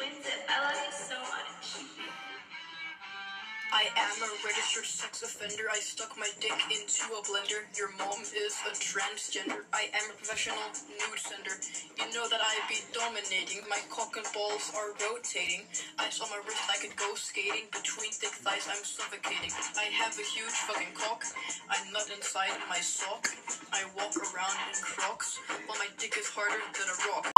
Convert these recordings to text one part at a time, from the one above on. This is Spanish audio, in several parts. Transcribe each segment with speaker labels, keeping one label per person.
Speaker 1: Vincent, I love you so much.
Speaker 2: I am a registered sex offender. I stuck my dick into a blender. Your mom is a transgender. I am a professional nude sender. You know that I be dominating. My cock and balls are rotating. I saw my wrist. I could go skating between thick thighs. I'm suffocating. I have a huge fucking cock. I'm not inside my sock. I walk around in Crocs while my dick is harder than a rock.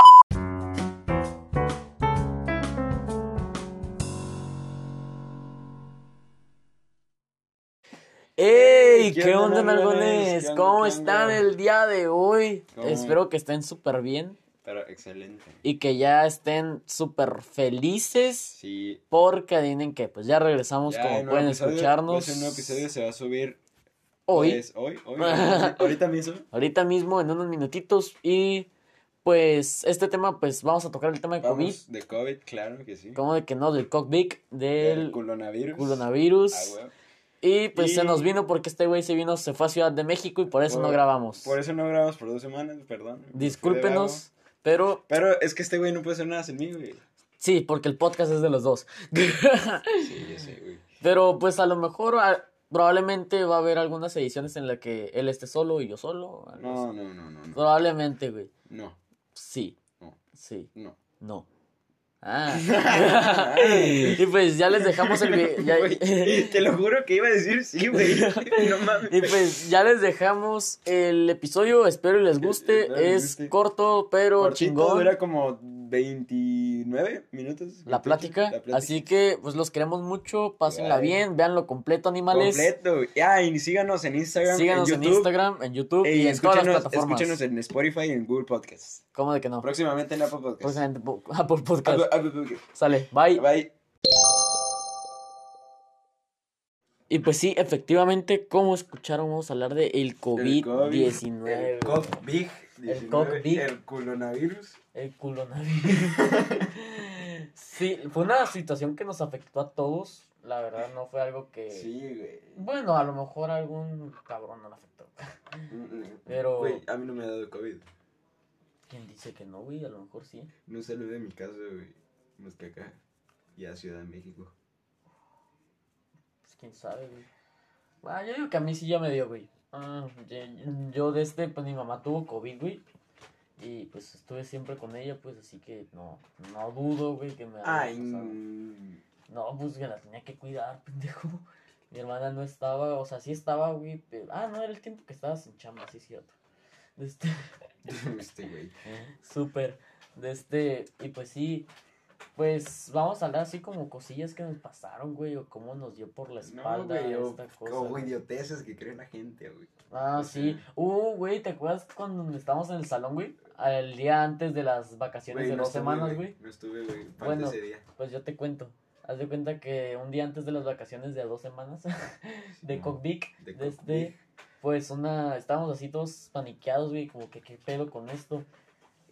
Speaker 3: ¡Ey!
Speaker 4: ¿Qué
Speaker 3: ¿Qué,
Speaker 4: onda,
Speaker 3: onda,
Speaker 4: nalgones?
Speaker 3: nalgones?
Speaker 4: ¿Qué onda,
Speaker 3: ¿Cómo
Speaker 4: qué
Speaker 3: están
Speaker 4: onda?
Speaker 3: el día de hoy?
Speaker 4: ¿Cómo?
Speaker 3: Espero que estén súper bien
Speaker 4: Pero excelente.
Speaker 3: y que ya estén súper felices
Speaker 4: Sí.
Speaker 3: porque adivinen que pues ya regresamos
Speaker 4: Ya
Speaker 3: como
Speaker 4: el nuevo
Speaker 3: pueden
Speaker 4: episodio-
Speaker 3: escucharnos
Speaker 4: pues, el nuevo episodio se va a subir
Speaker 3: hoy,
Speaker 4: pues, hoy, hoy, hoy, ahorita mismo.
Speaker 3: ahorita mismo en unos minutitos y pues este tema pues vamos a tocar el tema de COVID,
Speaker 4: Vamos, de COVID, claro que sí.
Speaker 3: como de que no, del COVID,
Speaker 4: Del
Speaker 3: del
Speaker 4: culonavirus.
Speaker 3: coronavirus
Speaker 4: Ah, güey.
Speaker 3: y pues se
Speaker 4: Y-
Speaker 3: nos vino porque este güey se vino, se fue a Ciudad de México y por eso no
Speaker 4: Por-
Speaker 3: grabamos.
Speaker 4: Por eso no grabamos por dos semanas, perdón. me fui de
Speaker 3: Discúlpenos, pero
Speaker 4: vago. Pero es que este güey no puede hacer nada sin mí, güey.
Speaker 3: Sí, porque el podcast es de los dos.
Speaker 4: Sí, ya sé, güey.
Speaker 3: Pero pues a lo mejor a- probablemente va a haber algunas ediciones en las que él esté solo y yo solo. algo
Speaker 4: No,
Speaker 3: así.
Speaker 4: no, no, no, no.
Speaker 3: Probablemente, güey.
Speaker 4: No,
Speaker 3: Sí,
Speaker 4: no,
Speaker 3: sí,
Speaker 4: no.
Speaker 3: no. Ah. y pues ya les dejamos el vi- ya-
Speaker 4: Güey, te lo juro que iba a decir sí, güey. No mames.
Speaker 3: Y pues ya les dejamos el episodio, espero y les guste.
Speaker 4: Espero les
Speaker 3: es
Speaker 4: guste.
Speaker 3: corto, pero
Speaker 4: Cortito,
Speaker 3: chingón.
Speaker 4: Dura como 29 minutos.
Speaker 3: La
Speaker 4: 28,
Speaker 3: plática.
Speaker 4: la plática.
Speaker 3: Así que pues los queremos mucho, pásenla
Speaker 4: Bye.
Speaker 3: bien, véanlo completo, animales.
Speaker 4: Completo. güey. Ah, y síganos en Instagram,
Speaker 3: Síganos
Speaker 4: en
Speaker 3: en,
Speaker 4: YouTube.
Speaker 3: Instagram, en YouTube
Speaker 4: eh,
Speaker 3: y en todas las
Speaker 4: escúchenos-
Speaker 3: plataformas.
Speaker 4: Escúchenos en Spotify y en Google Podcast.
Speaker 3: ¿Cómo de que no?
Speaker 4: Próximamente en Apple Podcast.
Speaker 3: Próximamente po- Apple Podcast.
Speaker 4: Apple- Apple Podcast.
Speaker 3: Sale, bye.
Speaker 4: Bye.
Speaker 3: Y pues sí, efectivamente, como escucharon, vamos a hablar de el
Speaker 4: El
Speaker 3: COVID-19.
Speaker 4: El COVID.
Speaker 3: El COVID.
Speaker 4: El coronavirus.
Speaker 3: El coronavirus. sí, fue una situación que nos afectó a todos. La verdad, no fue algo que.
Speaker 4: Sí, güey.
Speaker 3: Bueno, a lo mejor a algún cabrón no le afectó. Pero-
Speaker 4: Güey, a mí no me ha dado COVID.
Speaker 3: ¿Quién dice que no, güey? A lo mejor sí.
Speaker 4: No salí de mi casa, güey. Más que acá. Y a Ciudad de México.
Speaker 3: Pues quién sabe, güey. Bueno, yo digo que a mí sí ya me dio, güey. Ah, ye- yo de este, pues mi mamá tuvo COVID, güey. Y pues estuve siempre con ella, pues así que no, no dudo, güey, que me haya
Speaker 4: Ay.
Speaker 3: pasado.
Speaker 4: mm.
Speaker 3: No, pues que la tenía que cuidar, pendejo. Mi hermana no estaba, o sea, sí estaba, güey, pero... Ah, no, era el tiempo que estabas en chamba, sí es cierto. De este,
Speaker 4: Este güey.
Speaker 3: súper. De este, y pues sí, pues vamos a hablar así como cosillas que nos pasaron, güey, o cómo nos dio por la
Speaker 4: No,
Speaker 3: espalda
Speaker 4: güey, o,
Speaker 3: esta cosa.
Speaker 4: o
Speaker 3: güey.
Speaker 4: idioteces que cree la gente, güey.
Speaker 3: Ah,
Speaker 4: O
Speaker 3: sí.
Speaker 4: sea.
Speaker 3: Uh, güey, ¿te acuerdas cuando estábamos en el salón, güey? El día antes de las vacaciones
Speaker 4: Güey,
Speaker 3: de
Speaker 4: no
Speaker 3: dos
Speaker 4: estuve,
Speaker 3: semanas, güey.
Speaker 4: No estuve, güey. Falta
Speaker 3: Bueno.
Speaker 4: ese día.
Speaker 3: Pues yo te cuento. Haz de cuenta que un día antes de las vacaciones de dos semanas de
Speaker 4: Sí.
Speaker 3: Cockbeak,
Speaker 4: De
Speaker 3: de
Speaker 4: Cock
Speaker 3: este,
Speaker 4: Big.
Speaker 3: pues una, estábamos así todos paniqueados, güey, como que qué pedo con esto.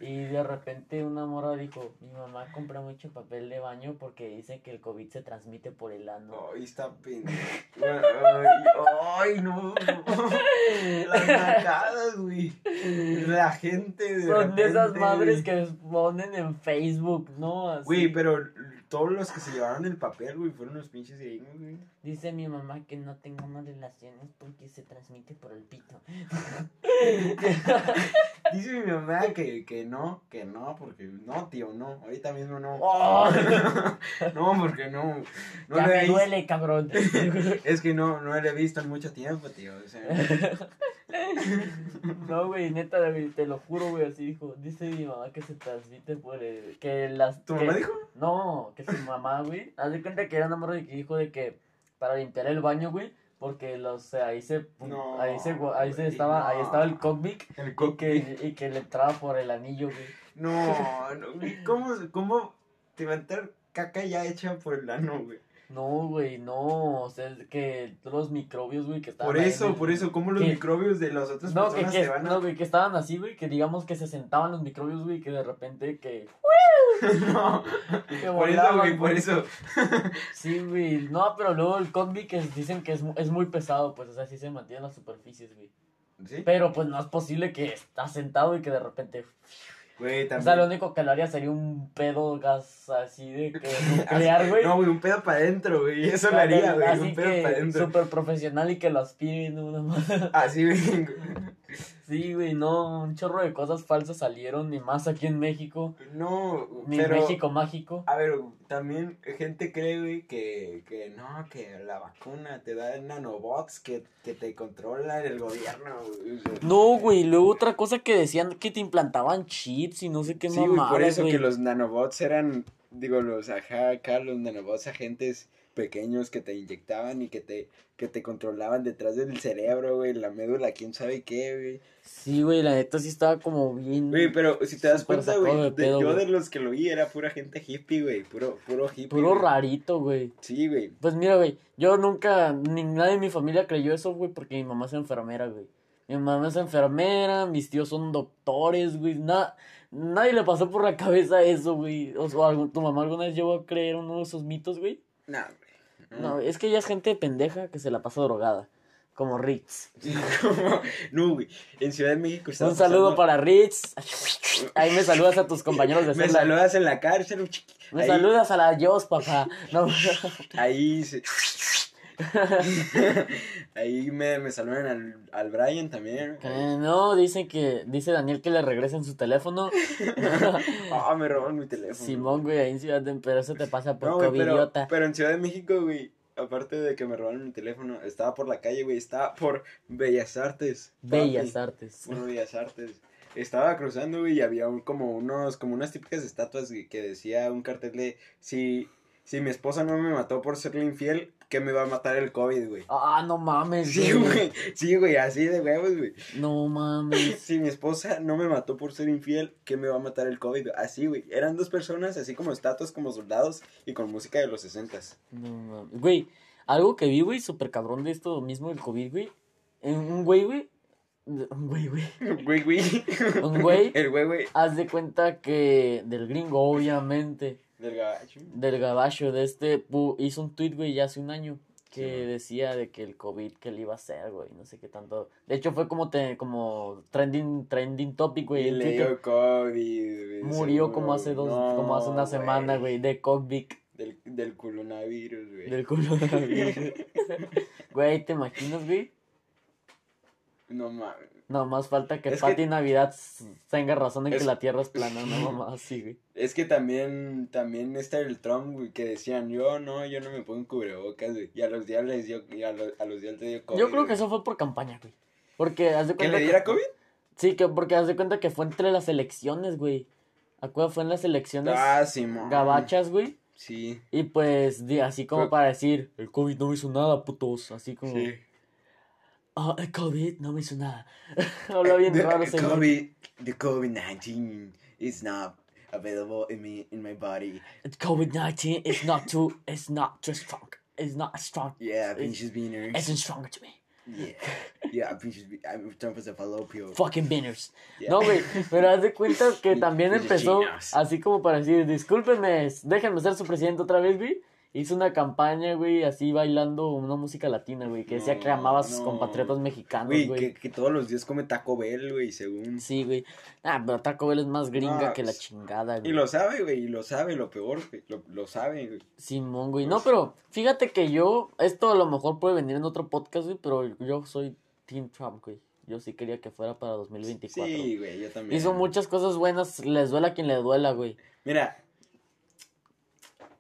Speaker 3: Y de repente una mora dijo, mi mamá compra mucho papel de baño porque dice que el COVID se transmite por el ano.
Speaker 4: Ay, está pendejo. Ay, ay, no. Las matadas, güey. La gente de
Speaker 3: Son de esas
Speaker 4: repente,
Speaker 3: madres
Speaker 4: güey.
Speaker 3: que ponen en Facebook, ¿no? Así.
Speaker 4: Güey, pero todos los que se llevaron el papel, güey, fueron los pinches gringos, güey.
Speaker 3: Dice mi mamá que no tengamos relaciones porque se transmite por el pito.
Speaker 4: Dice mi mamá que, que no, que no, porque no, tío, no. Ahorita mismo no.
Speaker 3: Oh.
Speaker 4: no, porque no. No
Speaker 3: ya
Speaker 4: lo
Speaker 3: me
Speaker 4: he visto.
Speaker 3: duele, cabrón.
Speaker 4: Es que no, no lo he visto en mucho tiempo, tío. O sea,
Speaker 3: no, güey, neta, güey, te lo juro, güey, así dijo. Dice mi mamá que se transmite por el... Que las...
Speaker 4: ¿Tu
Speaker 3: que-
Speaker 4: mamá dijo?
Speaker 3: No, que su mamá, güey. Haz de cuenta que era una morra que dijo de que para limpiar el baño, güey, porque los, ahí se...
Speaker 4: No,
Speaker 3: ahí se, ahí se
Speaker 4: güey,
Speaker 3: estaba, ahí
Speaker 4: no.
Speaker 3: estaba el comic
Speaker 4: El
Speaker 3: y que, y que le entraba por el anillo, güey.
Speaker 4: No, no, güey, ¿cómo, cómo te va a entrar caca ya hecha por el ano, güey?
Speaker 3: No, güey, no, o sea, es que los microbios, güey, que estaban
Speaker 4: Por
Speaker 3: ahí en
Speaker 4: eso,
Speaker 3: el-
Speaker 4: por eso, ¿cómo los
Speaker 3: ¿Qué?
Speaker 4: microbios de las otras
Speaker 3: No, que,
Speaker 4: personas
Speaker 3: que-
Speaker 4: te van a...
Speaker 3: no, güey, que estaban así, güey, que digamos que se sentaban los microbios, güey, que de repente que...
Speaker 4: No,
Speaker 3: que
Speaker 4: por eso,
Speaker 3: volaban,
Speaker 4: güey, por eso.
Speaker 3: Sí, güey, no, pero luego el combi que dicen que es, mu- es muy pesado, pues, o sea, sí se mantienen las superficies, güey.
Speaker 4: ¿Sí?
Speaker 3: Pero pues no es posible que estás sentado y que de repente...
Speaker 4: Güey,
Speaker 3: O
Speaker 4: también.
Speaker 3: sea, lo único que lo haría sería un pedo gas así de que nuclear, güey.
Speaker 4: No, güey, un pedo para adentro, güey. Eso lo haría, güey.
Speaker 3: Así
Speaker 4: Un pedo
Speaker 3: que
Speaker 4: para adentro.
Speaker 3: súper profesional y que lo aspiren una más.
Speaker 4: Así, güey.
Speaker 3: Sí, güey, no, un chorro de cosas falsas salieron, y más aquí en México,
Speaker 4: No,
Speaker 3: ni en
Speaker 4: pero.
Speaker 3: México mágico.
Speaker 4: A ver, también gente cree, güey, que, que no, que la vacuna te da nanobots que, que te controla el gobierno. güey.
Speaker 3: No, güey, luego otra cosa que decían que te implantaban chips y no sé qué
Speaker 4: Sí, güey,
Speaker 3: mamadas,
Speaker 4: por eso
Speaker 3: güey.
Speaker 4: que los nanobots eran, digo, los ajá, acá, los nanobots agentes pequeños que te inyectaban y que te, que te controlaban detrás del cerebro, güey, la médula, quién sabe qué, güey.
Speaker 3: Sí, güey, la neta sí estaba como bien.
Speaker 4: Güey, pero si te das
Speaker 3: Súper
Speaker 4: cuenta,
Speaker 3: sacado
Speaker 4: güey,
Speaker 3: de
Speaker 4: de-
Speaker 3: pedo,
Speaker 4: yo
Speaker 3: güey.
Speaker 4: de los que lo vi era pura gente hippie, güey, puro, puro hippie.
Speaker 3: Puro
Speaker 4: güey.
Speaker 3: rarito, güey.
Speaker 4: Sí, güey.
Speaker 3: Pues mira, güey, yo nunca, ni nadie de mi familia creyó eso, güey, porque mi mamá es enfermera, güey. Mi mamá es enfermera, mis tíos son doctores, güey. Na- nadie le pasó por la cabeza eso, güey. O sea, algún- tu mamá alguna vez llegó a creer uno de esos mitos, güey.
Speaker 4: No, güey.
Speaker 3: No, es que ella es gente pendeja que se la pasa drogada. Como Ritz.
Speaker 4: no, güey. En Ciudad de México estaba
Speaker 3: Un saludo
Speaker 4: pasando-
Speaker 3: para Ritz. Ahí me saludas a tus compañeros de
Speaker 4: Me
Speaker 3: celda.
Speaker 4: saludas en la cárcel.
Speaker 3: Me
Speaker 4: ahí,
Speaker 3: saludas a la Dios, papá. No.
Speaker 4: Ahí se- ahí me, me saludan al, al Brian también.
Speaker 3: Eh, no, dicen que, dice Daniel que le regresen su teléfono.
Speaker 4: Ah, me roban mi teléfono.
Speaker 3: Simón, güey, ahí en Ciudad de... Pero eso te pasa por
Speaker 4: No, güey,
Speaker 3: COVID,
Speaker 4: pero,
Speaker 3: idiota.
Speaker 4: pero en Ciudad de México, güey, aparte de que me robaron mi teléfono, estaba por la calle, güey, estaba por Bellas Artes.
Speaker 3: Bellas
Speaker 4: papi,
Speaker 3: artes.
Speaker 4: Por Bellas Artes. Estaba cruzando, güey, y había un- como unos, como unas típicas estatuas güey, que decía un cartel de si, si mi esposa no me mató por serle infiel, que me va a matar el COVID, güey.
Speaker 3: Ah, no mames,
Speaker 4: Sí, güey, sí, güey, así de huevos, güey.
Speaker 3: No mames.
Speaker 4: Si mi esposa no me mató por ser infiel, ¿qué me va a matar el COVID? Así, güey. Eran dos personas, así como estatuas, como soldados y con música de los 60
Speaker 3: No mames. Güey, algo que vi, güey, súper cabrón de esto mismo del COVID, güey. En Un güey, güey. Un güey, güey.
Speaker 4: Güey, güey.
Speaker 3: Un güey.
Speaker 4: El güey, güey.
Speaker 3: Haz de cuenta que del gringo, obviamente.
Speaker 4: Del gabacho.
Speaker 3: Del gabacho de este. pu- hizo un tweet, güey, ya hace un año. Que
Speaker 4: Sí, man.
Speaker 3: decía de que el COVID que le iba a hacer, güey. No sé qué tanto. De hecho, fue como, te, como trending, trending topic, güey.
Speaker 4: Y
Speaker 3: en
Speaker 4: le
Speaker 3: Twitter.
Speaker 4: dio COVID, güey,
Speaker 3: Murió
Speaker 4: seguro,
Speaker 3: como hace dos,
Speaker 4: güey.
Speaker 3: como hace una
Speaker 4: No,
Speaker 3: semana, güey, de COVID
Speaker 4: Del, del coronavirus, güey.
Speaker 3: del coronavirus. Güey, ¿te imaginas, güey?
Speaker 4: No mames.
Speaker 3: No, más falta que
Speaker 4: Es
Speaker 3: Pati
Speaker 4: que-
Speaker 3: Navidad s- tenga razón en
Speaker 4: es-
Speaker 3: que la Tierra es plana, no mamá, así, güey.
Speaker 4: Es que también, también está el Trump, güey, que decían, yo no, yo no me pongo cubrebocas, güey. Y a los días les dio, y a, los, a los días le dio COVID.
Speaker 3: Yo creo
Speaker 4: güey.
Speaker 3: que eso fue por campaña, güey. Porque haz de
Speaker 4: ¿Que
Speaker 3: cuenta
Speaker 4: le diera COVID?
Speaker 3: Sí, que porque haz de cuenta que fue entre las elecciones, güey. Acuérdate, fue en las elecciones
Speaker 4: Ah, Simón.
Speaker 3: gabachas, güey.
Speaker 4: Sí.
Speaker 3: Y pues, di- así como
Speaker 4: Fue-
Speaker 3: para decir, el COVID no me hizo nada, putos. Así como,
Speaker 4: Sí.
Speaker 3: ah, el COVID no me hizo nada. Habla bien
Speaker 4: the,
Speaker 3: raro,
Speaker 4: the
Speaker 3: señor.
Speaker 4: COVID, the COVID nineteen is not available in me in my body.
Speaker 3: COVID nineteen is not too it's not too strong. It's not as strong.
Speaker 4: Yeah,
Speaker 3: It's-
Speaker 4: pinches beaners.
Speaker 3: Isn't stronger to me.
Speaker 4: Yeah, yeah, pinches. be- I'm Trump is a falopio.
Speaker 3: Fucking beaners.
Speaker 4: Yeah.
Speaker 3: No, güey, pero haz de cuenta que
Speaker 4: Y-
Speaker 3: también
Speaker 4: y de
Speaker 3: empezó
Speaker 4: chinos.
Speaker 3: así como para decir, discúlpenme, déjenme ser su presidente otra vez, güey. Hizo una campaña, güey, así bailando una música latina, güey, que decía que
Speaker 4: No,
Speaker 3: amaba a sus
Speaker 4: no.
Speaker 3: compatriotas mexicanos,
Speaker 4: Güey, que,
Speaker 3: ah, güey.
Speaker 4: que todos los días come Taco Bell, güey, según.
Speaker 3: Sí, güey. Ah, pero Taco Bell es más gringa
Speaker 4: Ah,
Speaker 3: que la
Speaker 4: sí.
Speaker 3: chingada,
Speaker 4: Y
Speaker 3: güey.
Speaker 4: lo sabe, güey, y lo sabe, lo peor, güey, lo, lo sabe, güey.
Speaker 3: Simón, güey. No, pero fíjate que yo, esto a lo mejor puede venir en otro podcast, güey, pero yo soy Team Trump, güey. Yo sí quería que fuera para 2024.
Speaker 4: Sí, güey, yo también.
Speaker 3: Hizo muchas cosas buenas, les duela a quien le duela, güey.
Speaker 4: Mira,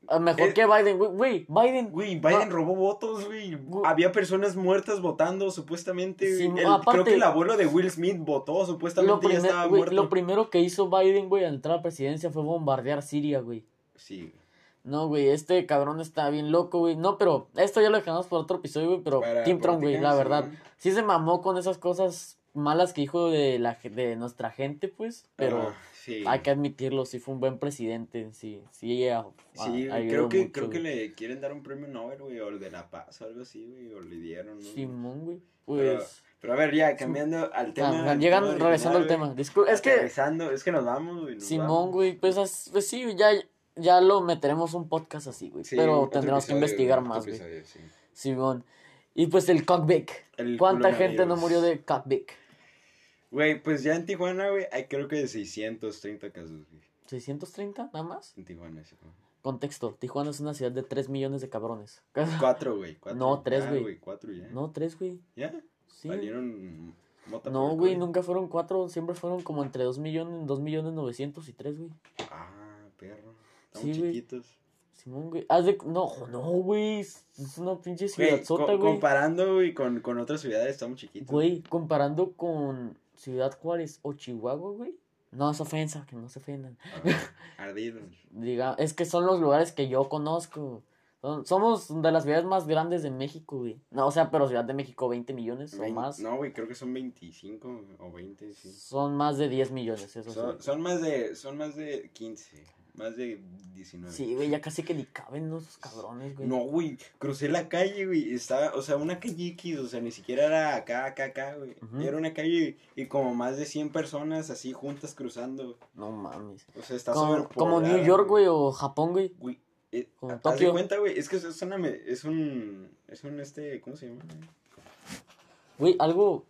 Speaker 3: A Ah, Mejor
Speaker 4: Eh,
Speaker 3: que Biden, güey, güey, Biden.
Speaker 4: güey, Biden
Speaker 3: Ma-
Speaker 4: robó votos, güey.
Speaker 3: Gu-
Speaker 4: Había personas muertas votando, supuestamente. güey.
Speaker 3: Sí,
Speaker 4: El-
Speaker 3: aparte-
Speaker 4: creo que el abuelo de Will Smith votó, supuestamente
Speaker 3: Lo,
Speaker 4: ya
Speaker 3: primer-
Speaker 4: estaba
Speaker 3: güey,
Speaker 4: muerto.
Speaker 3: lo primero que hizo Biden, güey, al entrar a la presidencia fue bombardear Siria, güey.
Speaker 4: Sí, güey.
Speaker 3: No, güey, este cabrón está bien loco, güey. No, pero esto ya lo dejamos por otro episodio, güey, pero
Speaker 4: Para-
Speaker 3: Team Trump, güey, la
Speaker 4: sí.
Speaker 3: verdad. Sí se mamó con esas cosas malas que dijo de, la, ge- de nuestra gente, pues, pero...
Speaker 4: Ah, sí.
Speaker 3: Hay que admitirlo, sí fue un buen presidente, sí, sí, eh, a- a-
Speaker 4: Sí, güey,
Speaker 3: ah, ayudó
Speaker 4: creo que,
Speaker 3: mucho,
Speaker 4: creo que
Speaker 3: güey.
Speaker 4: le quieren dar un premio Nobel, güey, o el de la paz o algo así, güey, o le dieron, ¿no?
Speaker 3: Simón, güey,
Speaker 4: Pero-
Speaker 3: pues,
Speaker 4: Pero a ver, ya, cambiando al tema.
Speaker 3: ah,
Speaker 4: al
Speaker 3: llegan,
Speaker 4: tema
Speaker 3: regresando al
Speaker 4: original,
Speaker 3: tema, discul-
Speaker 4: güey,
Speaker 3: es que,
Speaker 4: Regresando, es que nos vamos, güey. nos
Speaker 3: Simón,
Speaker 4: vamos.
Speaker 3: güey, pues, as- pues sí, ya, ya lo meteremos un podcast así, güey,
Speaker 4: Sí,
Speaker 3: pero
Speaker 4: otro
Speaker 3: tendremos que
Speaker 4: episodio,
Speaker 3: investigar
Speaker 4: otro
Speaker 3: más, güey,
Speaker 4: episodio, sí.
Speaker 3: Simón, y pues el cockback,
Speaker 4: El
Speaker 3: ¿cuánta gente no
Speaker 4: coronavirus.
Speaker 3: murió de cockback?
Speaker 4: Güey, pues ya en Tijuana, güey, hay creo que 630 casos, güey.
Speaker 3: ¿630 nada más?
Speaker 4: En Tijuana, sí, güey.
Speaker 3: Contexto, Tijuana es una ciudad de 3 millones de cabrones.
Speaker 4: Cuatro, güey. cuatro.
Speaker 3: No, tres,
Speaker 4: Ya,
Speaker 3: güey.
Speaker 4: Cuatro ya.
Speaker 3: No, 3, güey.
Speaker 4: ¿Ya?
Speaker 3: Sí.
Speaker 4: Valieron mota
Speaker 3: No,
Speaker 4: por
Speaker 3: güey,
Speaker 4: COVID.
Speaker 3: nunca fueron 4, siempre fueron como entre 2 millones, 2 millones 900 y 3, güey.
Speaker 4: Ah, perro.
Speaker 3: Sí,
Speaker 4: Estamos
Speaker 3: güey.
Speaker 4: chiquitos.
Speaker 3: Simón, güey. Haz de... No, no, güey. Es es una pinche
Speaker 4: Güey,
Speaker 3: ciudad
Speaker 4: co-
Speaker 3: güey.
Speaker 4: comparando, güey, con, con otras ciudades, estamos chiquitos.
Speaker 3: Güey, comparando con Ciudad Juárez o Chihuahua, güey. No es ofensa, que no se ofendan.
Speaker 4: Ah, ardidos.
Speaker 3: Diga, es que son los lugares que yo conozco. Son- somos de las ciudades más grandes de México, güey. No, o sea, pero Ciudad de México 20 millones o
Speaker 4: Vein-
Speaker 3: más.
Speaker 4: No, güey, creo que son 25 o 20, sí.
Speaker 3: Son más de 10 millones, eso
Speaker 4: Son,
Speaker 3: sí.
Speaker 4: son más de son más de 15, más de 19.
Speaker 3: Sí, güey, ya casi que ni caben ¿no? esos cabrones, güey.
Speaker 4: No, güey, crucé la calle, güey, estaba, o sea, una calle X, o sea, ni siquiera era acá, acá, acá, güey.
Speaker 3: Ujú.
Speaker 4: Era una calle y como más de 100 personas así juntas cruzando.
Speaker 3: No mames.
Speaker 4: O sea, está
Speaker 3: Como,
Speaker 4: superpoblada,
Speaker 3: como New York, güey, o Japón, güey.
Speaker 4: Güey, eh,
Speaker 3: Como
Speaker 4: haz de
Speaker 3: Tokio.
Speaker 4: cuenta, güey, es que es una me- es un es un este, ¿cómo se llama?
Speaker 3: Güey, algo.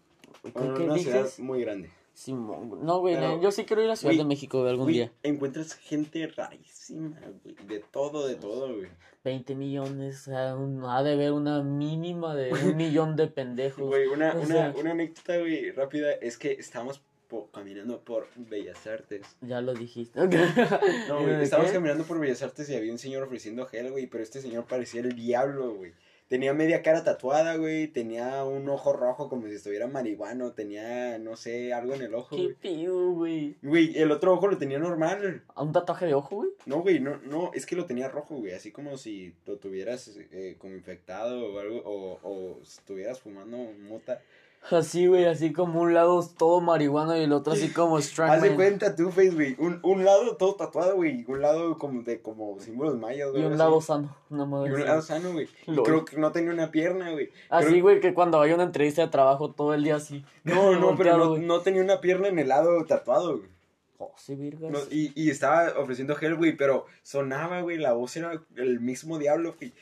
Speaker 4: Bueno,
Speaker 3: ¿Qué, qué
Speaker 4: una ciudad
Speaker 3: dices?
Speaker 4: muy grande.
Speaker 3: Simón, güey. no, güey,
Speaker 4: Pero-
Speaker 3: yo sí quiero ir a Ciudad
Speaker 4: Güey,
Speaker 3: de México güey, algún
Speaker 4: Güey,
Speaker 3: día.
Speaker 4: encuentras gente rarísima, güey, de todo, de todo, güey.
Speaker 3: 20 millones, o sea, un- ha de haber una mínima de un millón de pendejos.
Speaker 4: Güey, una,
Speaker 3: o
Speaker 4: una,
Speaker 3: sea-
Speaker 4: una anécdota, güey, rápida, es que estábamos po- caminando por Bellas Artes.
Speaker 3: Ya lo dijiste.
Speaker 4: No, güey,
Speaker 3: ¿De
Speaker 4: estábamos
Speaker 3: qué?
Speaker 4: caminando por Bellas Artes y había un señor ofreciendo gel, güey, pero este señor parecía el diablo, güey. Tenía media cara tatuada, güey, tenía un ojo rojo como si estuviera marihuano, tenía, no sé, algo en el ojo,
Speaker 3: ¿Qué
Speaker 4: güey.
Speaker 3: pido, güey?
Speaker 4: Güey, el otro ojo lo tenía normal.
Speaker 3: ¿A un tatuaje de ojo, güey?
Speaker 4: No, güey, no, no, es que lo tenía rojo, güey, así como si lo tuvieras eh, como infectado o algo, o, o estuvieras fumando mota.
Speaker 3: Así, güey, así como un lado todo marihuana y el otro así como
Speaker 4: Haz de
Speaker 3: Strangman.
Speaker 4: cuenta tu face, güey. Un, un lado todo tatuado, güey. Un lado como de como símbolos mayas,
Speaker 3: Y
Speaker 4: güey.
Speaker 3: un
Speaker 4: así.
Speaker 3: lado sano, no
Speaker 4: Y
Speaker 3: mames.
Speaker 4: un lado sano, güey. Y
Speaker 3: Lol.
Speaker 4: Creo que no tenía una pierna, güey.
Speaker 3: Así,
Speaker 4: creo-
Speaker 3: güey, que cuando hay una entrevista de trabajo todo el día así.
Speaker 4: No, no,
Speaker 3: volteado,
Speaker 4: pero no,
Speaker 3: güey.
Speaker 4: no tenía una pierna en el lado tatuado, güey.
Speaker 3: Oh, sí, virga.
Speaker 4: No, y, y estaba ofreciendo gel, güey, pero sonaba, güey. La voz era el mismo diablo, güey.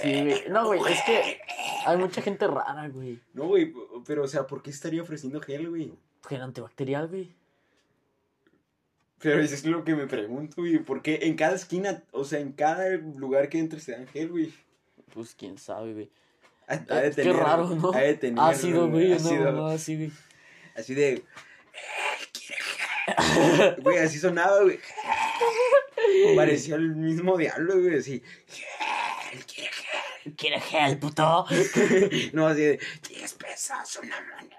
Speaker 3: Sí, güey. No, güey, es que hay mucha gente rara, güey.
Speaker 4: No, güey, pero o sea, ¿por qué estaría ofreciendo gel, güey?
Speaker 3: Gel antibacterial, güey.
Speaker 4: Pero eso es lo que me pregunto, güey. ¿Por qué en cada esquina, o sea, en cada lugar que entres te dan gel, güey?
Speaker 3: Pues quién sabe, güey.
Speaker 4: Ha- ha de
Speaker 3: Eh, Qué
Speaker 4: tener-
Speaker 3: raro, ¿no?
Speaker 4: ha de tener,
Speaker 3: Ácido, güey, no,
Speaker 4: ácido.
Speaker 3: no, así, güey.
Speaker 4: Así de. "Eh, Güey, así sonaba, güey. Parecía el mismo diablo, güey, así. "Eh,
Speaker 3: ¿Quiere gel, puto?
Speaker 4: No, así de. 10 pesos, una mano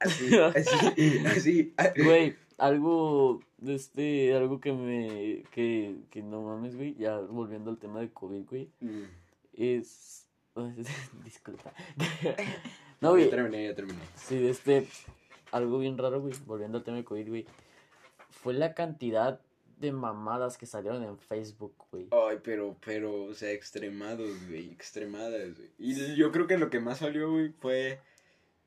Speaker 4: Así, así, así. Ah,
Speaker 3: Güey, algo, de este, algo que me, que, que no mames, güey, ya volviendo al tema de COVID, güey,
Speaker 4: Mm.
Speaker 3: es, disculpa, no, güey,
Speaker 4: Ya terminé, ya terminé.
Speaker 3: sí, de este, algo bien raro, güey, volviendo al tema de COVID, güey, fue la cantidad de mamadas que salieron en Facebook, güey,
Speaker 4: Ay, pero, pero, o sea, extremados, güey, extremadas, güey. Y yo creo que lo que más salió, güey, fue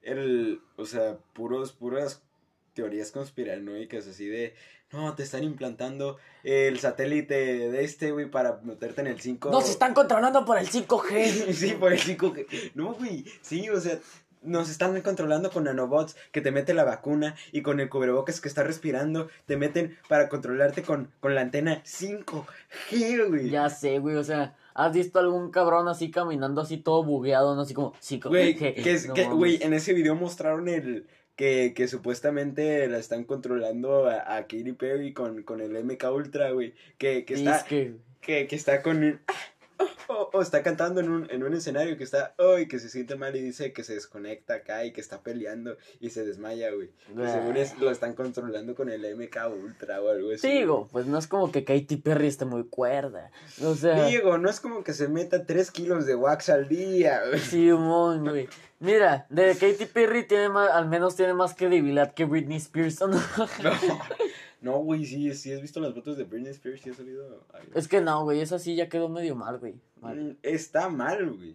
Speaker 4: el, o sea, puros, puras teorías conspiranoicas, así de, no, te están implantando el satélite de este, güey, para meterte en el 5.
Speaker 3: nos están controlando por el 5G,
Speaker 4: Sí, por el 5G. No, güey, sí, o sea, nos están controlando con nanobots que te mete la vacuna y con el cubrebocas que estás respirando, te meten para controlarte con, con la antena 5G, güey.
Speaker 3: ya sé, güey, o sea, ¿has visto algún cabrón así caminando así todo bugueado, no, así como 5G?
Speaker 4: Güey, que es-
Speaker 3: No
Speaker 4: que,
Speaker 3: mames.
Speaker 4: güey, en ese video mostraron el que, que supuestamente la están controlando a, a Katy Perry con, con el MK Ultra, güey, que, que está
Speaker 3: Disque.
Speaker 4: que, que está con un- ah, o, o oh, está cantando en un, en un escenario que está oh, y que se siente mal y dice que se desconecta acá y que está peleando y se desmaya, güey. Que según es- lo están controlando con el MK Ultra o algo así.
Speaker 3: Digo, pues no es como que Katy Perry esté muy cuerda. O sea,
Speaker 4: Digo, no es como que se meta 3 kilos de wax al día, güey.
Speaker 3: Simón, güey. Mira, de Katy Perry tiene más, al menos tiene más credibilidad que Britney Spears. ¿no?
Speaker 4: No, no, güey, sí, sí, has visto las fotos de Britney Spears, sí ha salido. Ay,
Speaker 3: es que no, güey, esa sí ya quedó medio mal, güey. Mal.
Speaker 4: mm, Está mal, güey.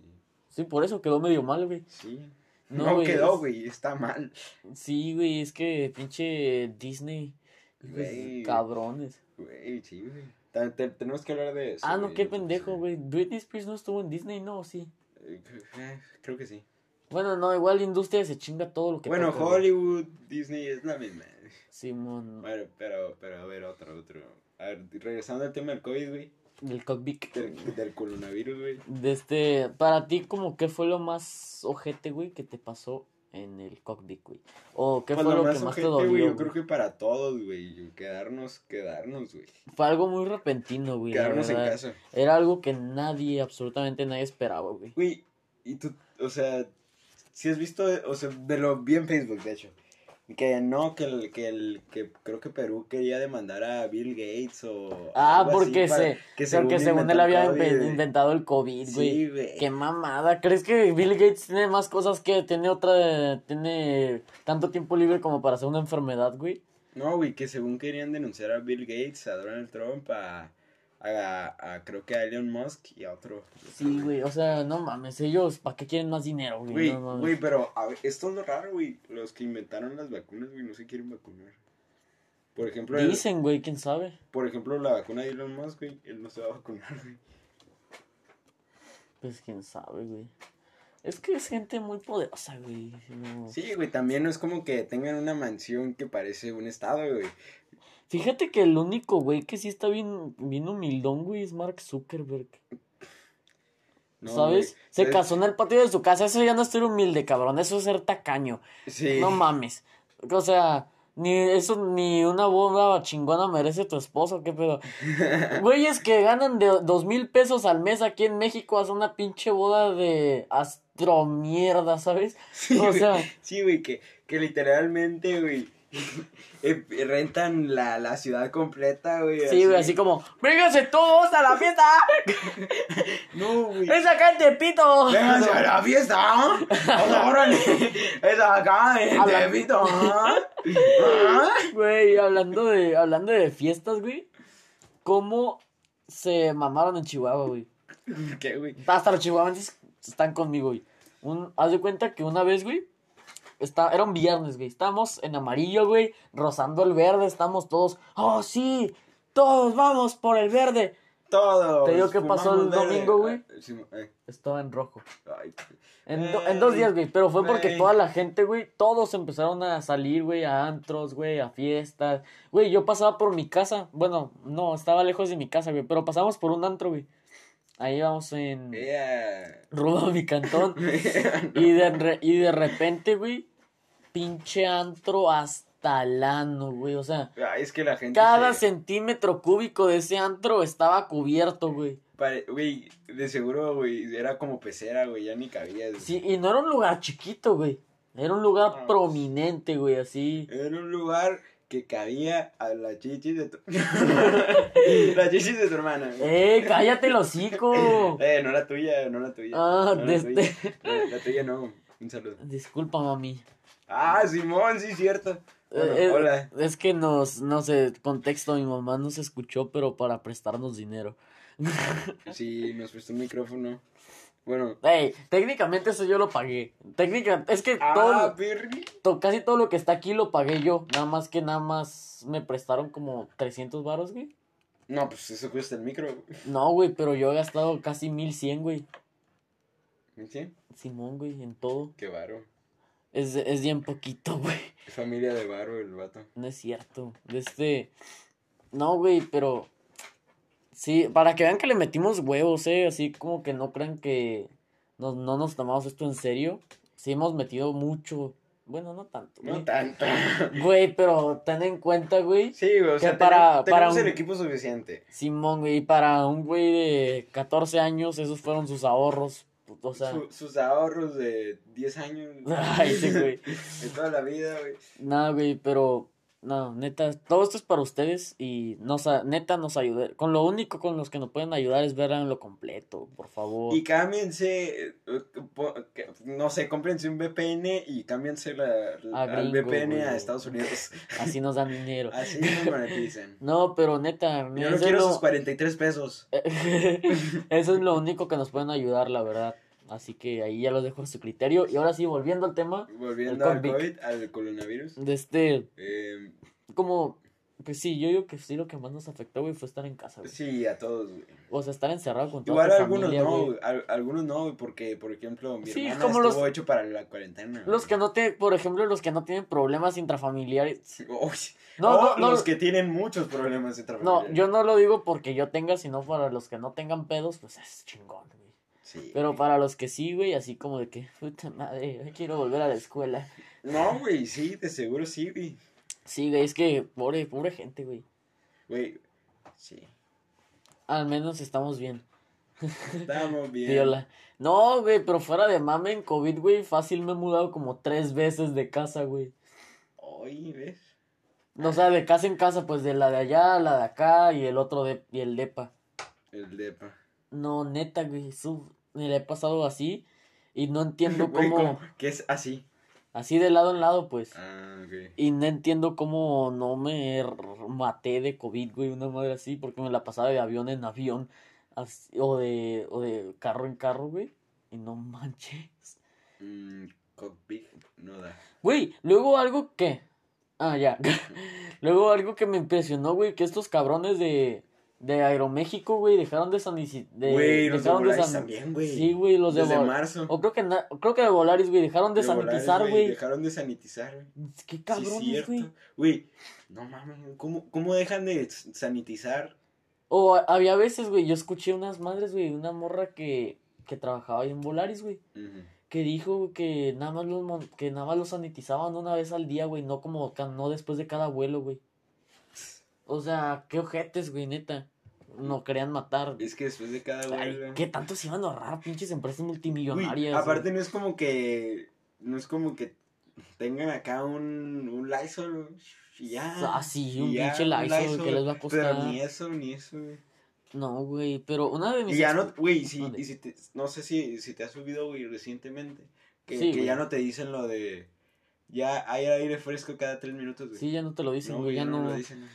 Speaker 3: Sí, por eso quedó medio mal, güey.
Speaker 4: Sí.
Speaker 3: No,
Speaker 4: No,
Speaker 3: güey,
Speaker 4: quedó,
Speaker 3: es-
Speaker 4: güey, está mal.
Speaker 3: Sí, güey, es que pinche Disney. hijos de
Speaker 4: Güey.
Speaker 3: Cabrones.
Speaker 4: Güey, sí, güey. Ta- te- tenemos que hablar de eso.
Speaker 3: ah, no,
Speaker 4: güey,
Speaker 3: qué
Speaker 4: yo creo que
Speaker 3: pendejo,
Speaker 4: sí.
Speaker 3: güey. Britney Spears no estuvo en Disney, no, sí.
Speaker 4: Eh, Creo que sí.
Speaker 3: Bueno, no, igual la industria se chinga todo lo que
Speaker 4: bueno,
Speaker 3: toca, güey.
Speaker 4: Hollywood, Disney es la misma.
Speaker 3: Simón,
Speaker 4: Bueno, pero, pero a ver, otro, otro. A ver, regresando al tema del COVID, güey.
Speaker 3: el cockpit.
Speaker 4: Del, del coronavirus, güey.
Speaker 3: De este, para ti, como qué fue lo más ojete, güey, que te pasó en el cockpit, güey. O qué
Speaker 4: Pues
Speaker 3: fue
Speaker 4: lo
Speaker 3: lo que más te
Speaker 4: ojete,
Speaker 3: dolió.
Speaker 4: güey, Yo
Speaker 3: güey?
Speaker 4: creo que para todos, güey. Quedarnos, quedarnos, güey.
Speaker 3: Fue algo muy repentino, güey. la
Speaker 4: Quedarnos en
Speaker 3: verdad.
Speaker 4: casa.
Speaker 3: Era algo que nadie, absolutamente nadie esperaba, güey.
Speaker 4: Güey, y tú, o sea, si has visto, o sea, de lo vi en Facebook, de hecho. Que no, que el, que el, que creo que Perú quería demandar a Bill Gates o.
Speaker 3: Ah,
Speaker 4: algo así
Speaker 3: porque
Speaker 4: para-
Speaker 3: se,
Speaker 4: que
Speaker 3: porque según
Speaker 4: inventó
Speaker 3: él
Speaker 4: el
Speaker 3: había
Speaker 4: COVID,
Speaker 3: inven-
Speaker 4: güey.
Speaker 3: inventado el COVID, güey.
Speaker 4: Sí, güey.
Speaker 3: Qué mamada. ¿Crees que Bill Gates tiene más cosas que tiene otra, tiene tanto tiempo libre como para hacer una enfermedad, güey?
Speaker 4: No, güey, que según querían denunciar a Bill Gates, a Donald Trump, a, a, a- creo que a Elon Musk y a otro.
Speaker 3: Sí, güey. O sea, no mames. Ellos, ¿para qué quieren más dinero, güey?
Speaker 4: Güey,
Speaker 3: No mames.
Speaker 4: güey, pero a ver, esto es lo raro, güey. Los que inventaron las vacunas, güey, no se quieren vacunar. Por ejemplo, el-
Speaker 3: Dicen, güey, quién sabe.
Speaker 4: por ejemplo, la vacuna de Elon Musk, güey, él no se va a vacunar, güey.
Speaker 3: Pues quién sabe, güey. Es que es gente muy poderosa, güey. no.
Speaker 4: Sí, güey, también no es como que tengan una mansión que parece un estado, güey.
Speaker 3: Fíjate que el único, güey, que sí está bien, bien humildón, güey, es Mark Zuckerberg.
Speaker 4: No,
Speaker 3: ¿Sabes?
Speaker 4: güey.
Speaker 3: Se
Speaker 4: ¿Sabes?
Speaker 3: casó en el patio de su casa. Eso ya no es ser humilde, cabrón. Eso es ser tacaño.
Speaker 4: Sí.
Speaker 3: No mames. O sea, ni eso, ni una boda chingona merece tu esposo, qué pedo. Güeyes que ganan de dos mil pesos al mes aquí en México hacen una pinche boda de astromierda, ¿sabes?
Speaker 4: Sí,
Speaker 3: O
Speaker 4: güey.
Speaker 3: sea,
Speaker 4: Sí, güey, que, que literalmente, güey, eh, rentan la, la ciudad completa, güey.
Speaker 3: sí, güey, así como, vénganse todos a la fiesta,
Speaker 4: No, güey.
Speaker 3: es acá en Tepito.
Speaker 4: Vénganse a la fiesta, ¿ah? Ahora, órale. Es acá, en
Speaker 3: A la-
Speaker 4: Tepito, ¿ah? ¿Ah?
Speaker 3: Güey, hablando de, hablando de fiestas, güey, ¿cómo se mamaron en Chihuahua, güey?
Speaker 4: ¿Qué, güey?
Speaker 3: Hasta los chihuahuenses están conmigo, güey. Un, haz de cuenta que una vez, güey, está, era un viernes, güey. Estamos en amarillo, güey, rozando el verde. Estamos todos, oh, sí, todos vamos por el verde.
Speaker 4: Todo.
Speaker 3: Te digo qué pasó el domingo, güey.
Speaker 4: Sí, eh,
Speaker 3: Estaba en rojo.
Speaker 4: ay,
Speaker 3: En, do- en dos días, güey, pero fue porque
Speaker 4: Güey.
Speaker 3: toda la gente, güey, todos empezaron a salir, güey, a antros, güey, a fiestas. Güey, yo pasaba por mi casa. Bueno, no, estaba lejos de mi casa, güey, pero pasamos por un antro, güey. Ahí vamos en...
Speaker 4: Eh. yeah.
Speaker 3: Rumbo a mi cantón. Y de, re- y de repente, güey, pinche antro hasta el ano, güey. O sea,
Speaker 4: Ay, es que la gente.
Speaker 3: cada
Speaker 4: se-
Speaker 3: centímetro cúbico de ese antro estaba cubierto, güey.
Speaker 4: pare- Güey, de seguro, güey, era como pecera, güey, ya ni cabías. güey.
Speaker 3: Sí, y no era un lugar chiquito, güey. Era un lugar
Speaker 4: Ah,
Speaker 3: prominente, güey, así.
Speaker 4: Era un lugar que cabía a la chichis de tu. la chichis de tu hermana. güey.
Speaker 3: ¡Eh, cállate el hocico!
Speaker 4: Eh, no la tuya, no la tuya.
Speaker 3: Ah,
Speaker 4: no la,
Speaker 3: de
Speaker 4: tuya. No, la tuya no. Un saludo.
Speaker 3: Disculpa, mami.
Speaker 4: Ah, Simón, sí, cierto. Bueno,
Speaker 3: Eh, eh,
Speaker 4: hola.
Speaker 3: Es que nos, no sé, contexto, mi mamá nos escuchó, pero para prestarnos dinero.
Speaker 4: Sí, nos prestó un micrófono. Bueno.
Speaker 3: Ey, técnicamente eso yo lo pagué. Técnica, es que
Speaker 4: Ah,
Speaker 3: todo,
Speaker 4: perri.
Speaker 3: to- casi todo lo que está aquí lo pagué yo. Nada más que nada más me prestaron como 300 varos, güey.
Speaker 4: No, pues eso cuesta el micro.
Speaker 3: No, güey, pero yo he gastado casi 1100, güey.
Speaker 4: ¿Sí?
Speaker 3: Simón, güey, en todo.
Speaker 4: Qué varo.
Speaker 3: Es, es bien poquito, güey.
Speaker 4: Es familia de varo el vato.
Speaker 3: No es cierto. De Este. No, güey, pero. Sí, para que vean que le metimos huevos, eh. Así como que no crean que nos- no nos tomamos esto en serio. Sí, hemos metido mucho. Bueno, no tanto.
Speaker 4: No
Speaker 3: güey.
Speaker 4: tanto.
Speaker 3: Güey, pero ten en cuenta, güey.
Speaker 4: Sí, güey, o sea,
Speaker 3: para-
Speaker 4: tenemos,
Speaker 3: para
Speaker 4: tenemos
Speaker 3: un-
Speaker 4: el equipo suficiente.
Speaker 3: Simón, güey, para un güey de 14 años, esos fueron sus ahorros. puto, O sea,
Speaker 4: Su- sus ahorros de 10 años.
Speaker 3: Ay, sí, güey.
Speaker 4: de toda la vida, güey.
Speaker 3: nada, güey, pero. No, neta, todo esto es para ustedes y nos, a- neta nos ayuda. Con lo único con los que nos pueden ayudar es verla en lo completo, por favor.
Speaker 4: Y cámbiense, eh, po- que- no sé, cómprense un VPN y cámbiense la,
Speaker 3: A
Speaker 4: al
Speaker 3: gringo,
Speaker 4: VPN a
Speaker 3: güey.
Speaker 4: Estados Unidos.
Speaker 3: Así nos dan dinero.
Speaker 4: Así nos monetizan.
Speaker 3: No, pero neta,
Speaker 4: Yo
Speaker 3: eso,
Speaker 4: no quiero
Speaker 3: es
Speaker 4: sus
Speaker 3: lo...
Speaker 4: 43 pesos.
Speaker 3: eso es lo único que nos pueden ayudar, la verdad. Así que ahí ya los dejo a su criterio. Y ahora sí, volviendo al tema
Speaker 4: Volviendo al
Speaker 3: COVID.
Speaker 4: COVID, al coronavirus.
Speaker 3: de este,
Speaker 4: Eh,
Speaker 3: como Pues sí, yo digo que sí lo que más nos afectó, güey, fue estar en casa, güey.
Speaker 4: Sí, a todos, güey.
Speaker 3: O sea, estar encerrado con toda
Speaker 4: Igual
Speaker 3: tu
Speaker 4: algunos
Speaker 3: familia,
Speaker 4: no,
Speaker 3: güey.
Speaker 4: güey, al- algunos no, güey, porque, por ejemplo, mi
Speaker 3: Sí,
Speaker 4: hermana
Speaker 3: como los-
Speaker 4: estuvo hecho para la cuarentena.
Speaker 3: Los
Speaker 4: güey.
Speaker 3: que no te, por ejemplo, los que no tienen problemas intrafamiliares.
Speaker 4: Oh,
Speaker 3: No,
Speaker 4: oh,
Speaker 3: no, no,
Speaker 4: los que tienen muchos problemas de trabajo.
Speaker 3: no, yo no lo digo porque yo tenga, sino para los que no tengan pedos, pues es chingón, güey.
Speaker 4: Sí.
Speaker 3: Pero para los que sí, güey, así como de que, puta madre, yo quiero volver a la escuela.
Speaker 4: No, güey, sí, de seguro sí, güey.
Speaker 3: Sí, güey, es que pobre, pobre gente, güey.
Speaker 4: Güey, sí.
Speaker 3: Al menos estamos bien,
Speaker 4: Estamos bien.
Speaker 3: piola. No, güey, pero fuera de mame, en COVID, güey, fácil me he mudado como tres veces de casa, güey.
Speaker 4: Ay, ¿ves?
Speaker 3: O sea, de casa en casa, pues de la de allá, a la de acá y el otro de, y el depa.
Speaker 4: El depa.
Speaker 3: No, neta, güey, eso me la he pasado así y no entiendo
Speaker 4: Güey,
Speaker 3: cómo,
Speaker 4: ¿cómo? Que es así.
Speaker 3: así de lado en lado, pues.
Speaker 4: Ah, ok.
Speaker 3: Y no entiendo cómo no me r- maté de COVID, güey, una madre así, porque me la pasaba de avión en avión así, o de o de carro en carro, güey. Y no manches.
Speaker 4: Mm, cockpit no da.
Speaker 3: Güey, luego algo que Ah, ya. luego algo que me impresionó, güey, que estos cabrones de de Aeroméxico, güey, dejaron de San Isidro de
Speaker 4: Güey, los de
Speaker 3: dejaron de
Speaker 4: Volaris
Speaker 3: san-
Speaker 4: también, güey.
Speaker 3: Sí, güey, los de
Speaker 4: Desde
Speaker 3: Vol-
Speaker 4: marzo.
Speaker 3: O creo que, na- creo que de Volaris, güey, dejaron de,
Speaker 4: De Volaris,
Speaker 3: sanitizar, güey.
Speaker 4: Dejaron de sanitizar, güey.
Speaker 3: Qué
Speaker 4: Sí,
Speaker 3: cabrones,
Speaker 4: cierto.
Speaker 3: güey.
Speaker 4: Güey, no mames, güey, ¿cómo, ¿cómo dejan de s- sanitizar?
Speaker 3: O a- había veces, güey, yo escuché unas madres, güey, de una morra que, que trabajaba ahí en Volaris, güey,
Speaker 4: Ujú.
Speaker 3: que dijo que nada más los mon- que nada más los sanitizaban una vez al día, güey, no como ca- no después de cada vuelo, güey. O sea, qué ojetes, güey, neta. No querían matar.
Speaker 4: Es que después de cada
Speaker 3: Ay,
Speaker 4: vuelo-
Speaker 3: qué tanto se iban a ahorrar pinches empresas
Speaker 4: Güey,
Speaker 3: multimillonarias. güey.
Speaker 4: aparte no es como que no es como que tengan acá un un Lysol y ya.
Speaker 3: Ah, sí,
Speaker 4: y
Speaker 3: un
Speaker 4: ya,
Speaker 3: pinche
Speaker 4: un
Speaker 3: Lysol, que les va a costar.
Speaker 4: Pero ni eso, ni eso. güey.
Speaker 3: No, güey, pero una de mis
Speaker 4: Y ya
Speaker 3: ex-
Speaker 4: no, güey, si,
Speaker 3: Mande.
Speaker 4: y si te- no sé si, si te ha subido, güey, recientemente, que,
Speaker 3: Sí,
Speaker 4: que
Speaker 3: güey.
Speaker 4: ya no te dicen lo de, ya hay aire fresco cada tres minutos, güey.
Speaker 3: Sí, ya no te lo dicen,
Speaker 4: no,
Speaker 3: güey,
Speaker 4: güey,
Speaker 3: ya no.
Speaker 4: lo dicen. güey.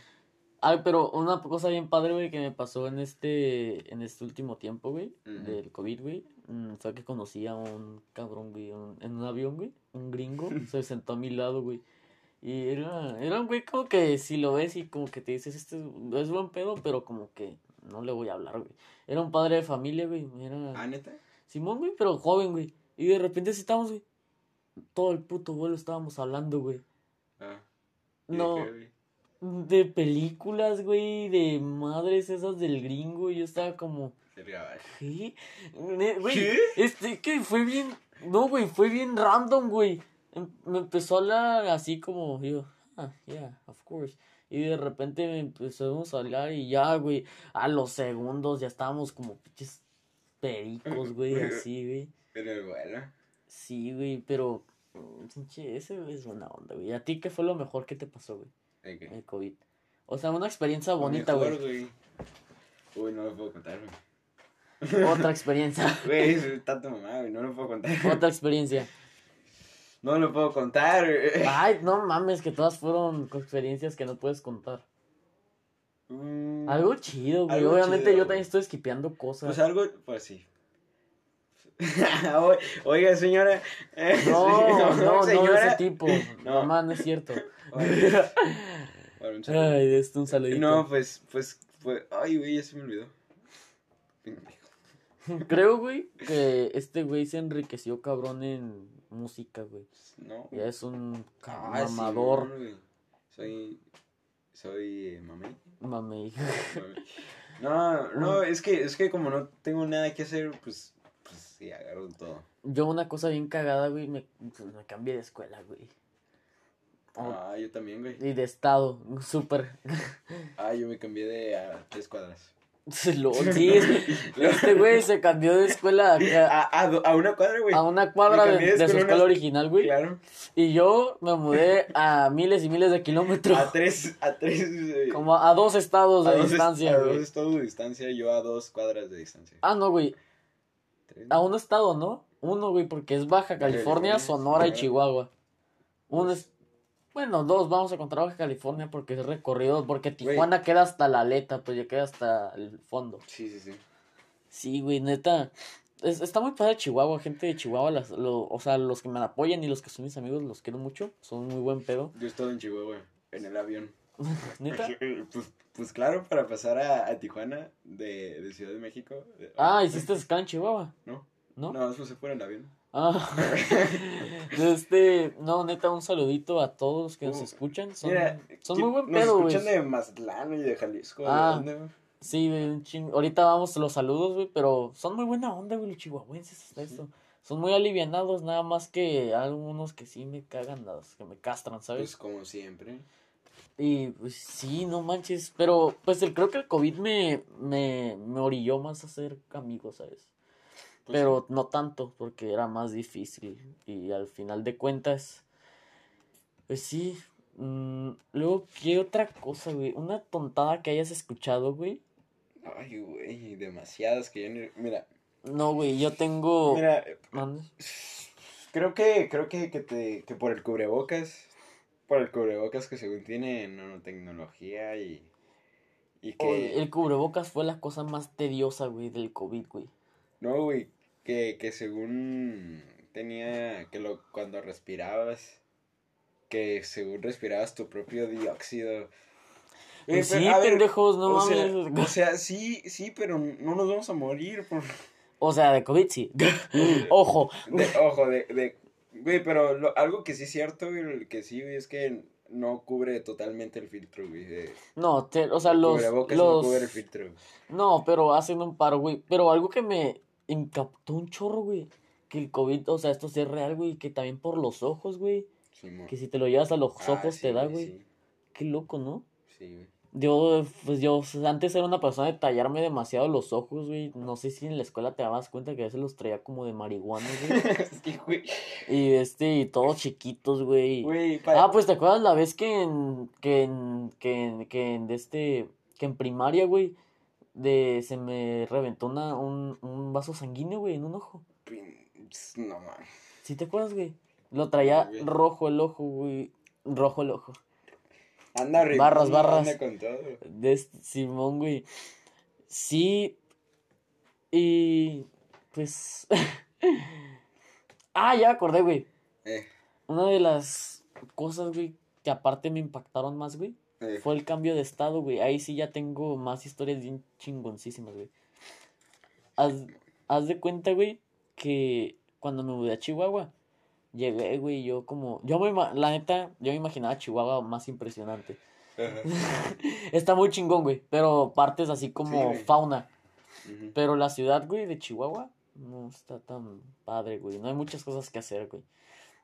Speaker 3: Ay, pero una cosa bien padre, güey, que me pasó en este, en este último tiempo, güey,
Speaker 4: Ujú.
Speaker 3: del COVID, güey, mm, fue que conocí a un cabrón, güey, un- en un avión, güey, un gringo, se sentó a mi lado, güey, y era, era un güey como que si lo ves y como que te dices, este es, es buen pedo, pero como que no le voy a hablar, güey, era un padre de familia, güey,
Speaker 4: Ah,
Speaker 3: era
Speaker 4: ¿neta?
Speaker 3: Simón, güey, pero joven, güey, y de repente sí estábamos, güey, todo el puto vuelo estábamos hablando, güey,
Speaker 4: Ah, ¿y de
Speaker 3: no...
Speaker 4: qué, güey?
Speaker 3: De películas, güey, de madres esas del gringo, y yo estaba como,
Speaker 4: Verga, vale.
Speaker 3: ¿qué? Ne- Güey,
Speaker 4: ¿Qué?
Speaker 3: este que fue bien, no, güey, fue bien random, güey. Em- Me empezó a hablar así como, yo, ah, yeah, of course. Y de repente me empezamos a hablar y ya, güey, a los segundos ya estábamos como pinches pericos, güey, así, güey.
Speaker 4: Pero bueno,
Speaker 3: Sí, güey, pero, mm, pinche, ese es buena onda, güey. ¿A ti qué fue lo mejor que te pasó, güey?
Speaker 4: hay que-
Speaker 3: El COVID. O sea, una experiencia
Speaker 4: lo
Speaker 3: bonita,
Speaker 4: mejor,
Speaker 3: güey.
Speaker 4: güey. Uy, no lo puedo contar, güey.
Speaker 3: Otra experiencia.
Speaker 4: Güey, es tanto mamá, güey, no lo puedo contar.
Speaker 3: Otra experiencia.
Speaker 4: No lo puedo contar, güey.
Speaker 3: Ay, no mames, que todas fueron experiencias que no puedes contar.
Speaker 4: Mm,
Speaker 3: Algo chido, güey.
Speaker 4: Algo
Speaker 3: Obviamente
Speaker 4: chido,
Speaker 3: yo
Speaker 4: güey.
Speaker 3: también estoy esquipeando cosas.
Speaker 4: Pues algo, pues sí. O- Oiga, señora. eh,
Speaker 3: no, no, no, de
Speaker 4: señora.
Speaker 3: ese tipo.
Speaker 4: No.
Speaker 3: Mamá, no es cierto.
Speaker 4: Oye, bueno, un segundo.
Speaker 3: Ay, de esto un saludito.
Speaker 4: no, pues, pues, pues, ay, güey, ya se me olvidó.
Speaker 3: Creo, güey, que este güey se enriqueció cabrón en música, güey.
Speaker 4: No.
Speaker 3: Ya es un
Speaker 4: Ah, sí,
Speaker 3: mamador.
Speaker 4: no, güey. Soy, soy eh, mamey.
Speaker 3: Mame.
Speaker 4: Mame. No, no,
Speaker 3: Ah.
Speaker 4: es que, es que como no tengo nada que hacer, pues, pues sí, agarro todo.
Speaker 3: Yo una cosa bien cagada, güey, me, pues, me cambié de escuela, güey. Oh,
Speaker 4: Ah, yo también, güey.
Speaker 3: Y de estado, súper.
Speaker 4: Ah, yo me cambié de a tres cuadras.
Speaker 3: Lol, sí, es- este güey se cambió de escuela acá,
Speaker 4: A, a, do- a una cuadra, güey.
Speaker 3: a una cuadra
Speaker 4: Me
Speaker 3: de,
Speaker 4: cambié de
Speaker 3: de su
Speaker 4: escuela
Speaker 3: escuela
Speaker 4: unas-
Speaker 3: original, güey.
Speaker 4: Claro.
Speaker 3: Y yo me mudé a miles y miles de kilómetros,
Speaker 4: A tres, a tres. eh,
Speaker 3: como a dos estados de
Speaker 4: Ah, a dos est-
Speaker 3: distancia,
Speaker 4: a
Speaker 3: güey.
Speaker 4: dos estados de distancia, yo a dos cuadras de distancia.
Speaker 3: Ah, no, güey,
Speaker 4: Tres,
Speaker 3: a un estado, ¿no? Uno, güey, porque es Baja California,
Speaker 4: California,
Speaker 3: Sonora y
Speaker 4: Sonora.
Speaker 3: Chihuahua. Un es... Bueno, dos, vamos a contar Baja California porque es recorrido, porque Tijuana queda hasta la aleta, pues ya queda hasta el fondo.
Speaker 4: Sí, sí, sí.
Speaker 3: Sí, güey, neta. Es- está muy padre Chihuahua, gente de Chihuahua, las, lo- o sea, los que me apoyan y los que son mis amigos, los quiero mucho, son muy buen pedo.
Speaker 4: Yo he estado en Chihuahua, en el avión.
Speaker 3: ¿Neta?
Speaker 4: pues, pues claro, para pasar a, a Tijuana de, de Ciudad de México. de-
Speaker 3: Ah, hiciste scan en Chihuahua,
Speaker 4: No,
Speaker 3: ¿no?
Speaker 4: no, eso se fuera en avión.
Speaker 3: Ah. este, no, neta, un saludito a todos los que nos
Speaker 4: Uh,
Speaker 3: escuchan. Son,
Speaker 4: Mira,
Speaker 3: son
Speaker 4: que
Speaker 3: muy buen
Speaker 4: nos
Speaker 3: pedo, güey.
Speaker 4: escuchan de Mazatlán y de Jalisco. ¿de
Speaker 3: Ah.
Speaker 4: dónde, güey?
Speaker 3: Sí, güey, un chingo. Ahorita vamos los saludos, güey, pero son muy buena onda, güey, los chihuahuenses, hasta
Speaker 4: Sí.
Speaker 3: eso. Son muy alivianados, nada más que algunos que sí me cagan, los que me castran,
Speaker 4: Pues
Speaker 3: ¿sabes?
Speaker 4: como siempre.
Speaker 3: Y pues sí, no manches, pero pues el, creo que el COVID me, me, me orilló más a ser amigos, ¿sabes?
Speaker 4: Pues
Speaker 3: pero no tanto, porque era más difícil. Y al final de cuentas, pues sí. mm, luego, ¿qué otra cosa, güey? Una tontada que hayas escuchado, güey.
Speaker 4: Ay, güey, demasiadas que yo ni... Mira,
Speaker 3: No, güey, yo tengo...
Speaker 4: mira,
Speaker 3: Mande.
Speaker 4: creo que, creo que, que, te, que por el cubrebocas, por el cubrebocas que según tiene nanotecnología y, y que...
Speaker 3: Oye, el cubrebocas fue la cosa más tediosa, güey, del COVID, güey.
Speaker 4: No, güey, que, que según tenía, que lo, cuando respirabas, que según respirabas tu propio dióxido. Güey,
Speaker 3: Pues sí,
Speaker 4: Eh, pero, a ver,
Speaker 3: pendejos, no
Speaker 4: o sea,
Speaker 3: mames.
Speaker 4: o sea, sí, sí, pero no nos vamos a morir, por
Speaker 3: O sea, de COVID sí. Ojo.
Speaker 4: De- ojo, de, de- Güey, pero lo- algo que sí es cierto, güey, que sí, güey, es que no cubre totalmente el filtro, güey. de-
Speaker 3: No, te- o sea,
Speaker 4: el
Speaker 3: los...
Speaker 4: cubrebocas no
Speaker 3: los...
Speaker 4: cubre el filtro.
Speaker 3: No, pero hacen un paro, güey. Pero algo que me encaptó un chorro, güey. Que el COVID, o sea, esto sí es real, güey. Que también por los ojos, güey.
Speaker 4: Simón.
Speaker 3: Que si te lo llevas a los
Speaker 4: Ah,
Speaker 3: ojos
Speaker 4: sí,
Speaker 3: te da, güey.
Speaker 4: Sí,
Speaker 3: Qué loco, ¿no?
Speaker 4: sí, güey.
Speaker 3: Yo, pues yo antes era una persona de tallarme demasiado los ojos, güey. No sé si en la escuela te dabas cuenta que a veces los traía como de marihuana, güey.
Speaker 4: Sí, güey.
Speaker 3: y este, y todos chiquitos, güey.
Speaker 4: Güey, pa-
Speaker 3: Ah, pues te acuerdas la vez que en. que en. que en. que en de este. que en primaria, güey. De. se me reventó una, un, un vaso sanguíneo, güey, en un ojo.
Speaker 4: pin- No, man.
Speaker 3: ¿Sí te acuerdas, güey? Lo traía
Speaker 4: güey.
Speaker 3: rojo el ojo, güey. Rojo el ojo.
Speaker 4: Anda ritmo,
Speaker 3: Barras,
Speaker 4: no
Speaker 3: barras.
Speaker 4: Anda con todo.
Speaker 3: De este Simón, güey. Sí. Y. Pues. ah, ya me acordé, güey.
Speaker 4: Eh,
Speaker 3: Una de las cosas, güey, que aparte me impactaron más, güey.
Speaker 4: eh.
Speaker 3: Fue el cambio de estado, güey. Ahí sí ya tengo más historias bien chingoncísimas, güey. Haz, haz de cuenta, güey, que cuando me mudé a Chihuahua, llegué, güey, yo como... Yo me... ima- La neta, yo me imaginaba Chihuahua más impresionante.
Speaker 4: Ajá.
Speaker 3: Está muy chingón, güey. Pero partes así
Speaker 4: Sí,
Speaker 3: como
Speaker 4: güey.
Speaker 3: fauna.
Speaker 4: Ujú.
Speaker 3: Pero la ciudad, güey, de Chihuahua no está tan padre, güey. No hay muchas cosas que hacer, güey.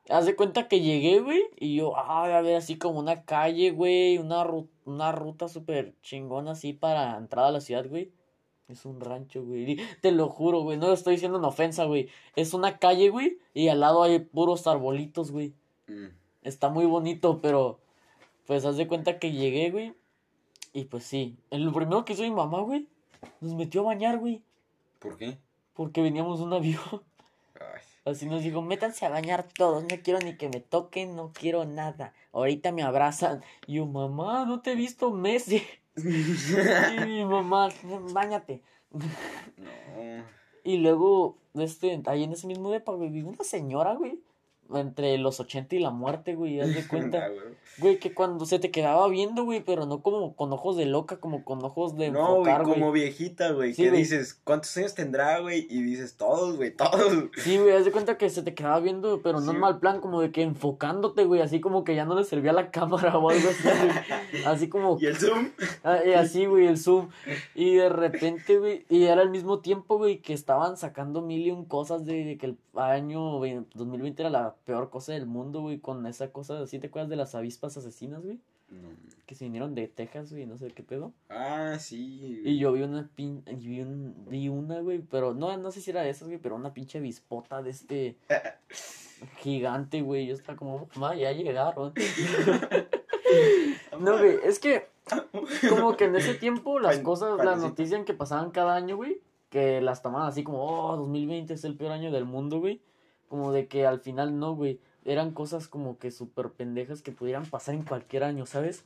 Speaker 3: Haz de cuenta que llegué, güey, y yo, ay, a ver, así como una calle, güey, una, ru- una ruta súper chingona así para entrar a la ciudad, güey. Es un rancho, güey. y Te lo juro, güey. No lo estoy diciendo en ofensa, güey. Es una calle, güey. Y al lado hay puros arbolitos, güey.
Speaker 4: Mm.
Speaker 3: Está muy bonito, pero pues haz de cuenta que llegué, güey. Y pues sí. Lo primero que hizo mi mamá, güey, nos metió a bañar, güey.
Speaker 4: ¿Por qué?
Speaker 3: Porque veníamos de un avión.
Speaker 4: Ay.
Speaker 3: Así nos dijo, métanse a bañar todos, no quiero ni que me toquen, no quiero nada. Ahorita me abrazan. Y yo, mamá, no te he visto meses. Y mi mamá, bañate.
Speaker 4: no.
Speaker 3: Y luego, este, ahí en ese mismo depa, güey, vivía una señora, güey. Entre los 80 y la muerte, güey, haz de cuenta.
Speaker 4: Nah, güey.
Speaker 3: Güey, que cuando se te quedaba viendo, güey, pero no como con ojos de loca, como con ojos de
Speaker 4: No, güey,
Speaker 3: enfocar, güey.
Speaker 4: como viejita, güey.
Speaker 3: Sí,
Speaker 4: que
Speaker 3: güey.
Speaker 4: dices, ¿cuántos años tendrá, güey? Y dices, todos, güey, todos.
Speaker 3: Sí, güey, haz de cuenta que se te quedaba viendo, pero
Speaker 4: Sí,
Speaker 3: no en
Speaker 4: güey.
Speaker 3: mal plan, como de que enfocándote, güey, así como que ya no le servía la cámara o algo así, güey. Así como,
Speaker 4: ¿Y el Zoom?
Speaker 3: ah, y así, güey, el zoom. Y de repente, güey, y era al mismo tiempo, güey, que estaban sacando mil y un cosas de, de que el año güey, 2020 era la peor cosa del mundo, güey, con esa cosa, ¿sí te acuerdas de las avispas asesinas, güey?
Speaker 4: No.
Speaker 3: Que se vinieron de Texas, güey, no sé qué pedo.
Speaker 4: Ah, sí. güey.
Speaker 3: Y yo vi una pin... y vi, un... vi una, güey, pero no, no sé si era de esas, güey, pero una pinche bispota de este gigante, güey. Yo estaba como, mamá, ya llegaron.
Speaker 4: Ah,
Speaker 3: no, güey, es que como que en ese tiempo las
Speaker 4: Pan-
Speaker 3: cosas, las
Speaker 4: panecito.
Speaker 3: noticias que pasaban cada año, güey, que las tomaban así como, oh, 2020 es el peor año del mundo, güey. Como de que al final no, güey. Eran cosas como que súper pendejas que pudieran pasar en cualquier año, ¿sabes?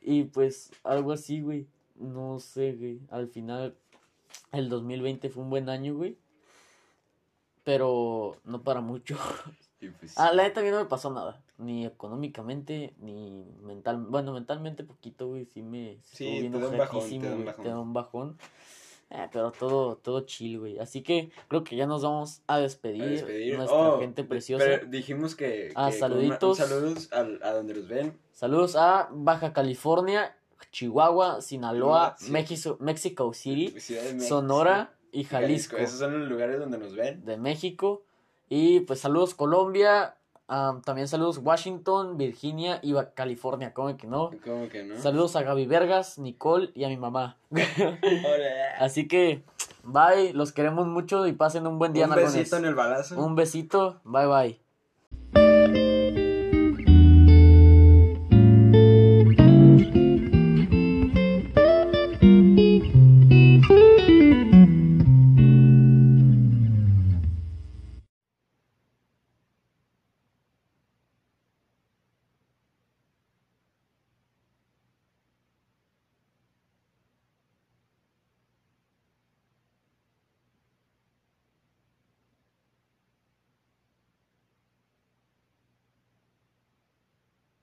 Speaker 3: Y pues algo así, güey. No sé, güey. Al final, el 2020 fue un buen año, güey. Pero no para mucho.
Speaker 4: Y pues,
Speaker 3: A la Ah, neta a mí no me pasó nada. ni económicamente, ni mental, bueno, mentalmente poquito, güey, sí me
Speaker 4: Sí,
Speaker 3: estuvo bien
Speaker 4: te da un bajón,
Speaker 3: ojetísimo,
Speaker 4: te da un
Speaker 3: güey,
Speaker 4: bajón.
Speaker 3: te da un bajón. Eh, pero todo, todo chill, güey. Así que creo que ya nos vamos a despedir.
Speaker 4: A despedir.
Speaker 3: Nuestra
Speaker 4: Oh,
Speaker 3: gente
Speaker 4: pe-
Speaker 3: preciosa.
Speaker 4: pero dijimos que.
Speaker 3: Ah,
Speaker 4: que con una-
Speaker 3: saluditos.
Speaker 4: saludos al- a, donde los ven.
Speaker 3: Saludos a Baja California, Chihuahua, Sinaloa,
Speaker 4: Sí.
Speaker 3: México, Mexico City,
Speaker 4: Ciudad de México,
Speaker 3: Sonora y
Speaker 4: y
Speaker 3: Jalisco
Speaker 4: Jalisco. Esos son los lugares donde nos ven.
Speaker 3: de México. Y pues saludos Colombia, ah, también saludos Washington, Virginia y Ba- California, ¿cómo que no?
Speaker 4: ¿Cómo que no?
Speaker 3: Saludos a Gaby Vergas, Nicole y a mi mamá.
Speaker 4: Hola.
Speaker 3: Así que, bye, los queremos mucho y pasen un buen día,
Speaker 4: Un
Speaker 3: nalgones.
Speaker 4: besito en el balazo.
Speaker 3: Un besito, bye bye.